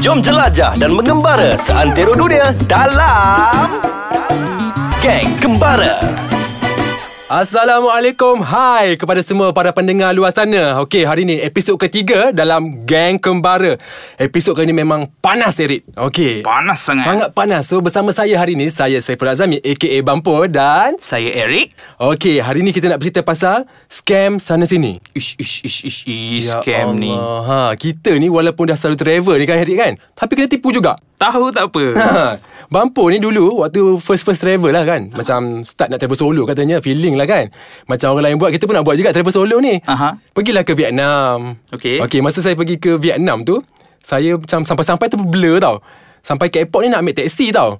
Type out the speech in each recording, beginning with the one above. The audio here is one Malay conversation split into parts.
Jom jelajah dan mengembara seantero dunia dalam Geng Kembara. Assalamualaikum Hai kepada semua para pendengar luar sana Okey hari ni episod ketiga dalam Gang Kembara Episod kali ni memang panas Erit Okey Panas sangat. Sangat panas So bersama saya hari ni Saya Saiful Azami A.K.A. Bampo Dan Saya Eric. Okey hari ni kita nak bercerita pasal Scam sana sini Ya Ish, ish, ish, ish, ish. scam ni. ha, Kita ni walaupun dah selalu travel ni kan Erit kan Tapi kena tipu juga Tahu tak apa. Ha, Bampo ni dulu Waktu first-first travel lah kan Macam start nak travel solo katanya Feeling lah kan Macam orang lain buat Kita pun nak buat juga travel solo ni Aha. Pergilah ke Vietnam Okey. Okay masa saya pergi ke Vietnam tu Saya macam sampai-sampai tu blur tau Sampai ke airport ni nak ambil taksi tau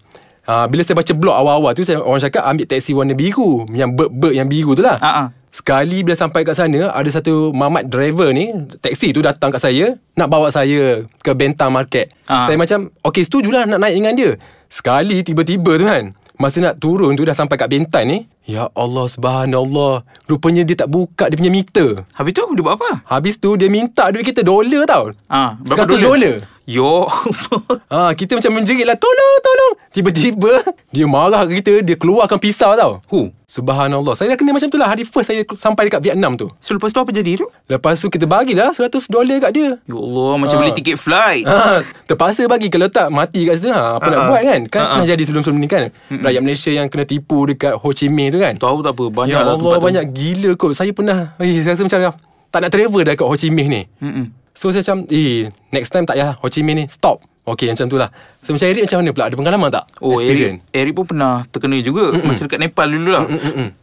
ha, Bila saya baca blog awal-awal tu saya, Orang cakap ambil taksi warna biru Yang bird-bird yang biru tu lah Ha-ha. Sekali bila sampai kat sana Ada satu mamat driver ni Taksi tu datang kat saya Nak bawa saya Ke Bentang Market Ah. Saya macam Okay setujulah nak naik dengan dia Sekali tiba-tiba tu kan Masa nak turun tu Dah sampai kat Bentan ni Ya Allah subhanallah Rupanya dia tak buka Dia punya meter Habis tu dia buat apa? Habis tu dia minta duit kita Dolar tau Ah, Seratus dolar Yo. Ah, kita macam menjerit lah Tolong tolong Tiba-tiba Dia marah kat kita Dia keluarkan pisau tau Hu. Subhanallah Saya dah kena macam tu lah Hari first saya sampai dekat Vietnam tu So lepas tu apa jadi tu? Lepas tu kita bagilah 100 dolar kat dia Ya Allah, macam Ah. beli tiket flight. Ha, terpaksa bagi Kalau tak mati kat situ ha, Apa nak Ah, ah. buat kan Kan Ah, ah. pernah jadi sebelum-sebelum ni kan Rakyat Malaysia yang kena tipu Dekat Ho Chi Minh tu kan Tahu tak apa, banyak Ya lah Allah tempat tu. banyak gila kot Saya pernah eh, Saya rasa macam dah- Tak nak travel dah kat Ho Chi Minh ni Mm-mm. So saya macam Eh next time tak payah Ho Chi Minh ni Stop Okay macam tu lah So macam Eric macam mana pula Ada pengalaman tak Oh, Experience? Eric, Eric pun pernah terkena juga Mm-mm. Masa dekat Nepal dulu lah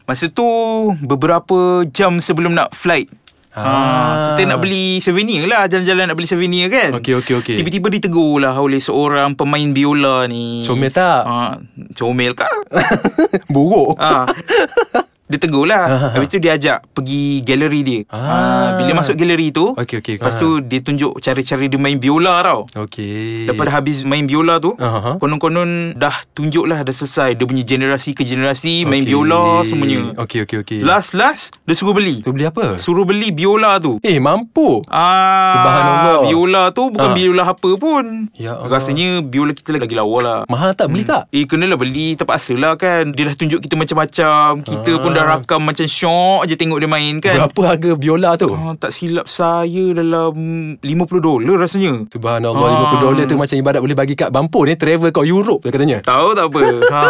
Masa tu Beberapa jam sebelum nak flight Ah. Ha, kita nak beli souvenir lah Jalan-jalan nak beli souvenir kan Okey, okey, okey. Tiba-tiba ditegur lah Oleh seorang pemain biola ni Comel tak? ha, Comel kah? Buruk ha. Dia tegur lah Habis tu dia ajak Pergi galeri dia Ah. ha, Bila masuk galeri tu Okey, okey. Lepas Ah. tu dia tunjuk Cara-cara dia main biola tau Okay Lepas dah habis main biola tu Aha. Konon-konon dah tunjuk lah Dah selesai Dia punya generasi ke generasi Main Okey. biola semuanya Okey, okey, okey. Last-last Dia suruh beli Tu beli apa? Suruh beli biola tu Eh mampu Subhanallah. Ah, biola tu bukan Ah. biola apa pun Ya Allah. Rasanya biola kita lagi lawa lah Mahal tak beli tak? Eh kenalah beli Terpaksa lah kan Dia dah tunjuk kita macam-macam Kita pun dah rakam macam syok je Tengok dia main kan Ah. Berapa harga biola tu? Ah, tak silap saya dalam 50 dolar rasanya Subhanallah Ah. 50 dolar tu macam ibarat boleh bagi kat Bampo ni travel kat Europe dia katanya. Tahu tak apa ha.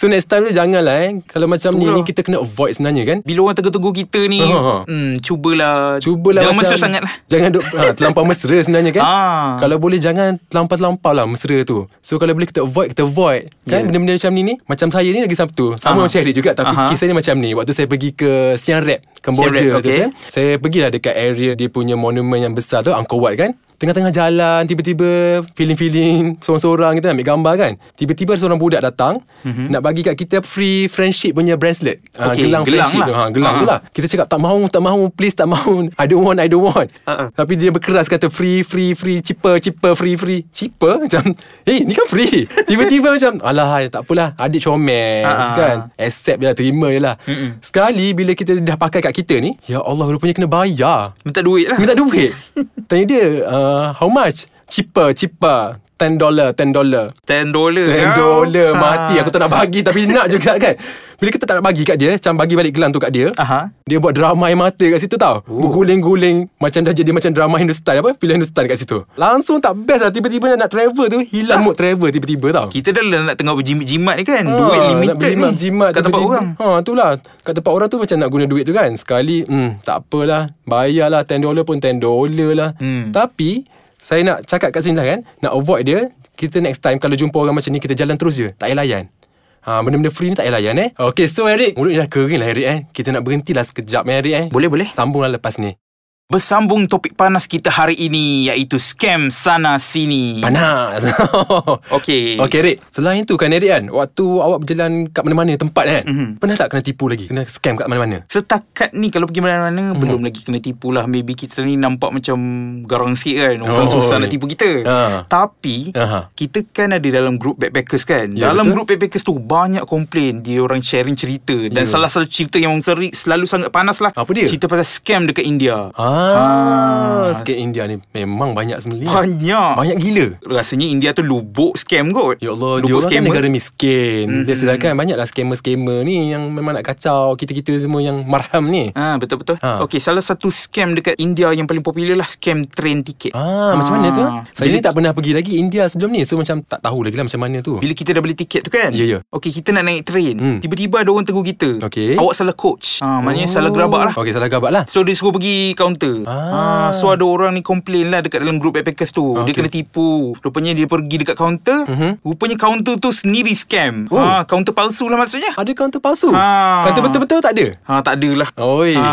So next time tu janganlah eh Kalau macam ni, Itulah. ni kita kena avoid sebenarnya kan Bila orang tegur-tegur kita ni Ha, ha. hmm, Cubalah Cubalah Jangan macam mesra sangat lah Jangan duk, ha, terlampau mesra sebenarnya kan Ah. Kalau boleh jangan terlampau-terlampau lah mesra tu So kalau boleh kita avoid Kita avoid Kan Yeah. benda-benda macam ni ni Macam saya ni lagi Sabtu Sama Aha. macam Eric juga Tapi Aha. kisah ni macam ni Waktu saya pergi ke Siam Reap Kemboja Siem Reap, tu okay. kan Saya pergilah dekat area Dia punya monumen yang besar tu Angkor Wat kan Tengah-tengah jalan Tiba-tiba Feeling-feeling Sorang-sorang kita nak ambil gambar kan Tiba-tiba ada seorang budak datang Mhm. mm-hmm. Nak bagi kat kita Free friendship punya bracelet Ah, Okay, Gelang, gelang friendship lah. tu ha, Gelang tu Ah. lah kita cakap tak mahu, tak mahu, please tak mahu. I don't want, I don't want. Uh-uh. Tapi dia berkeras kata free, free, free, cheaper, cheaper, free, free. Cheaper macam, eh hey, ni kan free. Tiba-tiba macam, alah ya, tak apalah, adik comel Uh-uh. kan. Accept je lah, terima je lah. Sekali bila kita dah pakai kat kita ni, ya Allah rupanya kena bayar. Minta duit lah Minta duit. Tanya dia, uh, how much? Cheaper, cheaper. 10 dollar, 10 dollar. 10 dolar Ten dolar Ha. Mati aku tak nak bagi Tapi nak juga kan Bila kita tak nak bagi kat dia Macam bagi balik gelang tu kat dia Aha. Dia buat drama air mata kat situ tau Berguling-guling Macam dah jadi macam drama Hindustan apa Pilihan Hindustan kat situ Langsung tak best lah Tiba-tiba nak, nak travel tu Hilang mood travel tiba-tiba tau Kita dah lah nak tengah berjimat-jimat ni kan Ha, Duit nak limited berjimat, ni jimat Kat tempat tiba-tiba. orang Ha itulah Kat tempat orang tu macam nak guna duit tu kan Sekali hmm, Tak apalah Bayarlah 10 dolar pun 10 dolar lah hmm. Hmm. Tapi Saya nak cakap kat sini lah kan Nak avoid dia Kita next time Kalau jumpa orang macam ni Kita jalan terus je Tak payah layan Ha, benda-benda free ni tak payah layan eh Okay so Eric Mulut ni dah kering lah Eric eh Kita nak berhenti lah sekejap eh Eric eh Boleh boleh Sambung lah lepas ni Bersambung topik panas kita hari ini Iaitu scam sana sini Panas Okey. Okay Eric Selain tu kan Eric kan Waktu awak berjalan kat mana-mana tempat kan Mhm. Pernah tak kena tipu lagi Kena scam kat mana-mana Setakat ni kalau pergi mana-mana hmm. Belum lagi kena tipu lah Maybe kita ni nampak macam garang sikit kan Orang Oh. oh, susah nak tipu kita Ha. Tapi Aha. Kita kan ada dalam group backpackers kan Ya, Dalam betul. group backpackers tu banyak komplain Dia orang sharing cerita Dan Ya. salah satu cerita yang seri, selalu sangat panas lah Apa dia? Cerita pasal scam dekat India Ah. Ah, sikit India ni memang banyak sembeli. Banyak. Banyak gila. Rasanya India tu lubuk scam kot. Ya Allah, dia lubuk orang kan scammer. negara miskin. Mm-hmm. Dia sedangkan banyaklah skamer-skamer ni yang memang nak kacau kita-kita semua yang marham ni. Ah betul betul. Ah. Okey, salah satu scam dekat India yang paling popular lah scam train tiket. Ah, macam mana tu? Ah. Saya Bila ni tak pernah pergi lagi India sebelum ni. So macam tak tahu lagi lah macam mana tu. Bila kita dah beli tiket tu kan Ya, ya. Okey kita nak naik train Hmm. Tiba-tiba ada orang tegur kita Okey. Ah, Awak salah coach ha, Maknanya oh. salah gerabak lah Okey, salah gabak lah. So dia suruh pergi kaunter Ah. ah. So ada orang ni complain lah Dekat dalam group backpackers tu Ah, okay. Dia okey. kena tipu Rupanya dia pergi dekat kaunter Mhm. Rupanya kaunter tu sendiri scam Oh. Ah, Kaunter palsu lah maksudnya Ada kaunter palsu? Ah. Kaunter betul-betul tak ada? Ah, ha, Tak adalah Oi. ha,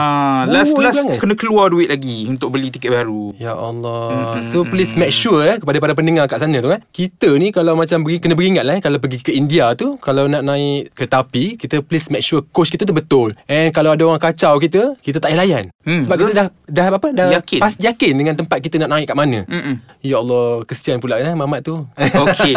Last Oi, last perangai. kena keluar duit lagi Untuk beli tiket baru Ya Allah. Mm-hmm. So please make sure eh kepada para pendengar kat sana tu eh. Kita ni kalau macam beri, kena beringat lah eh kalau pergi ke India tu kalau nak naik kereta api kita please make sure coach kita tu betul. And kalau ada orang kacau kita, kita tak payah layan. Hmm, Sebab betul. kita dah dah apa dah Yakin. Hmm. pas yakin dengan tempat kita nak naik kat mana. Mm-mm. Ya Allah, kesian pula eh Mamat tu. Okey.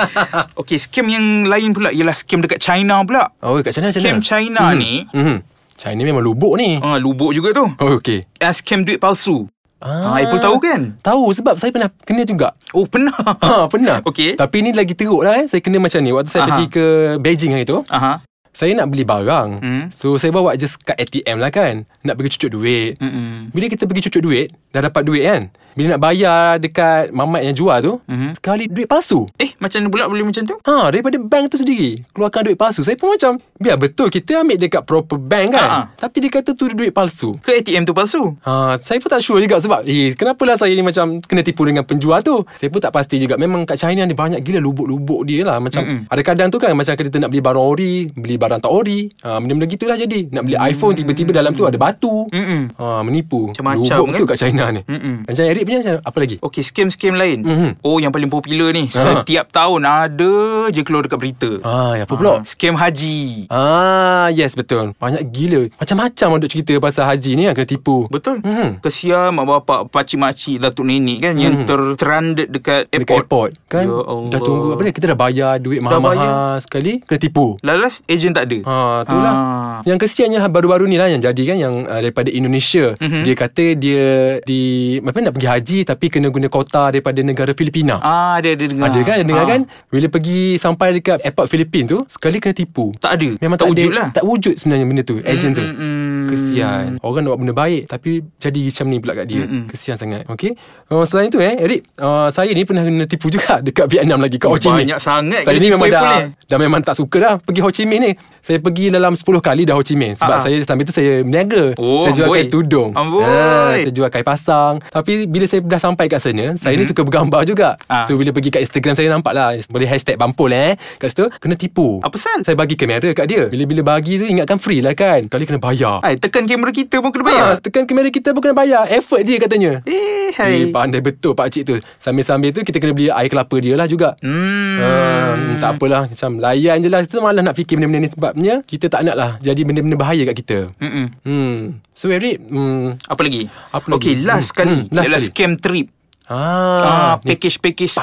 Okey, scam yang lain pula ialah scam dekat China pula. Oh, kat sana Scam China Mhm. ni. Mhm. China memang lubuk ni. Ah, lubuk juga tu. Oh, okey. Ah, scam duit palsu. Ah, Apple tahu kan? Tahu sebab saya pernah kena juga. Oh, pernah. Ha, pernah. Okey. Tapi ni lagi teruk lah eh. Saya kena macam ni. Waktu saya Aha. pergi ke Beijing hari tu. Aha. Saya nak beli barang. Hmm. So, saya bawa just kat ATM lah kan. Nak pergi cucuk duit. Mm-mm. Bila kita pergi cucuk duit, dah dapat duit kan. Bila nak bayar dekat mamat yang jual tu, Mhm. sekali duit palsu. Eh, macam mana pula boleh macam tu? Ha, daripada bank tu sendiri. Keluarkan duit palsu. Saya pun macam, biar betul kita ambil dekat proper bank kan. Ha. Tapi dia kata tu duit palsu. Ke ATM tu palsu? Ha, saya pun tak sure juga sebab eh, kenapalah saya ni macam kena tipu dengan penjual tu. Saya pun tak pasti juga. Memang kat China ni banyak gila lubuk-lubuk dia lah. Macam Mm-mm. Mm-mm. ada kadang tu kan macam kita nak beli barang ori, beli barang tak ori. Ha, benda-benda gitulah jadi. Nak beli iPhone tiba-tiba dalam tu ada batu. Mm. Mm-mm. Ha, menipu. Macam-macam lubuk kan? betul kat China ni. Mm-mm. Macam Eric punya macam apa lagi? Okey, scam-scam lain. Mhm. Oh, yang paling popular ni. Ha. Setiap tahun ada je keluar dekat berita. Ha, apa pula? Ah, Scam haji. Ah, yes betul. Banyak gila. Macam-macam ada cerita pasal haji ni yang kena tipu. Betul. Mhm. Kesian mak bapak, pakcik-makcik, datuk nenek kan yang Mhm. ter- stranded dekat airport. Dekat airport kan Ya Allah. Dah tunggu apa ni Kita dah bayar duit Dah mahal-mahal sekali Kena tipu Lalas agent tak ada. Ha, itulah. Ah. Ha. Yang kesiannya baru-baru ni lah yang jadi kan yang uh, daripada Indonesia. Mhm. Mm-hmm. Dia kata dia di apa nak pergi haji tapi kena guna kota daripada negara Filipina. Ha. Ah, ada ada dengar. Ada kan ada dengar Ah. kan Bila pergi sampai dekat airport Filipin tu Sekali kena tipu Tak ada. Memang tak tak, wujud ada, lah. Tak wujud sebenarnya benda tu Agent tu Mm-mm. Kesian Orang nak buat benda baik Tapi jadi macam ni pula kat dia Mm-mm. mm Kesian sangat Okay uh, Selain tu eh Eric uh, Saya ni pernah kena tipu juga Dekat Vietnam lagi Kat Ho Chi Minh Oh, Banyak sangat Saya kena ni memang tipu dah Apple Dah memang tak suka dah Pergi Ho Chi Minh ni Saya pergi dalam 10 kali dah Ho Chi Minh Sebab Ah, ah. saya sambil tu saya berniaga Oh, Saya jual amboi. kain tudung Ah, Amboi. Saya jual kain pasang Tapi bila saya dah sampai kat sana Saya ni suka bergambar juga Mm-hmm. Ah. So bila pergi kat Instagram saya nampak lah Boleh hashtag bampul eh Kat situ kena tipu Apa Kan? sal? Saya bagi kamera kat dia Bila-bila bagi tu ingatkan free lah kan Kali kena bayar Hai, tekan kamera kita pun kena bayar. Ha, tekan kamera kita pun kena bayar Effort dia katanya ya. Eh, Eh, hai. pandai betul pakcik tu Sambil-sambil tu kita kena beli air kelapa dia lah juga Hmm. Hmm, tak apalah Macam layan je lah Kita malah nak fikir benda-benda ni Sebabnya kita tak nak lah Jadi benda-benda bahaya kat kita Mm-mm. Hmm So Eric hmm, Apa lagi? Apa Okey, lagi? last Hmm, sekali hmm, last ialah sekali. scam trip. Ah, Ah, ni- package-package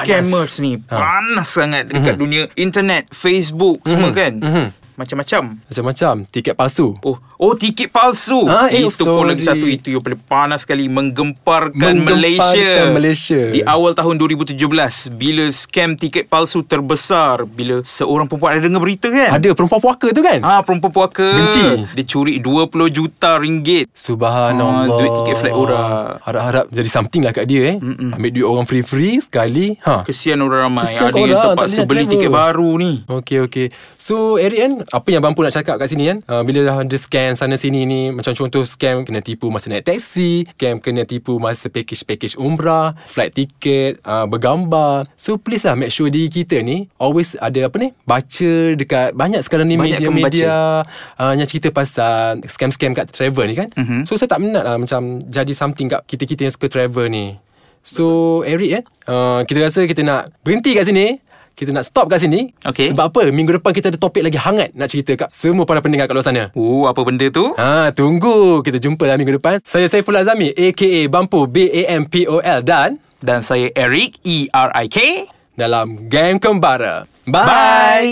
panas. scammers ni Ah. Hmm. panas sangat dekat dunia internet, Facebook semua Mhm, kan. mhm. Macam-macam. Macam-macam Tiket palsu Oh, oh tiket palsu. Ah, eh, itu pun sorry. lagi satu itu yang paling panas sekali menggemparkan, Menggemparkan Malaysia. Malaysia. Di awal tahun 2017 bila scam tiket palsu terbesar bila seorang perempuan ada dengar berita kan. Ada perempuan puaka tu kan Ah, perempuan puaka. Benci. Dia curi 20 juta ringgit. Subhanallah Ah, duit tiket flight orang. Harap-harap jadi something lah kat dia eh Mm-mm. Ambil duit orang free-free sekali ha. Kesian orang ramai. Kesian ada yang orang, terpaksa tak boleh nak beli travel. tiket baru ni. Hmm. Okey okey. So Eric kan apa yang Bampu nak cakap kat sini kan? Uh, bila dah ada scan sana sini ni macam contoh scam kena tipu masa naik taksi, scam kena tipu masa package-package umrah, flight ticket, uh, bergambar. So please lah make sure diri kita ni always ada apa ni? Baca dekat banyak sekarang ni Banyak kena baca. media-media uh, yang cerita pasal scam-scam kat travel ni kan. Mhm. So saya tak minat lah macam jadi something kat kita-kita yang suka travel ni. So Eric eh, uh, kita rasa kita nak berhenti kat sini. Kita nak stop kat sini. Okey. Sebab apa? Minggu depan kita ada topik lagi hangat nak cerita kat semua para pendengar kat luar sana. Oh, apa benda tu? Ha, tunggu. Kita jumpa lah minggu depan. Saya Saiful Azami, a.k.a. Bampo, B-A-M-P-O-L dan Dan saya Eric, E E-R-I-K. dalam Game Kembara. Bye! Bye. Bye.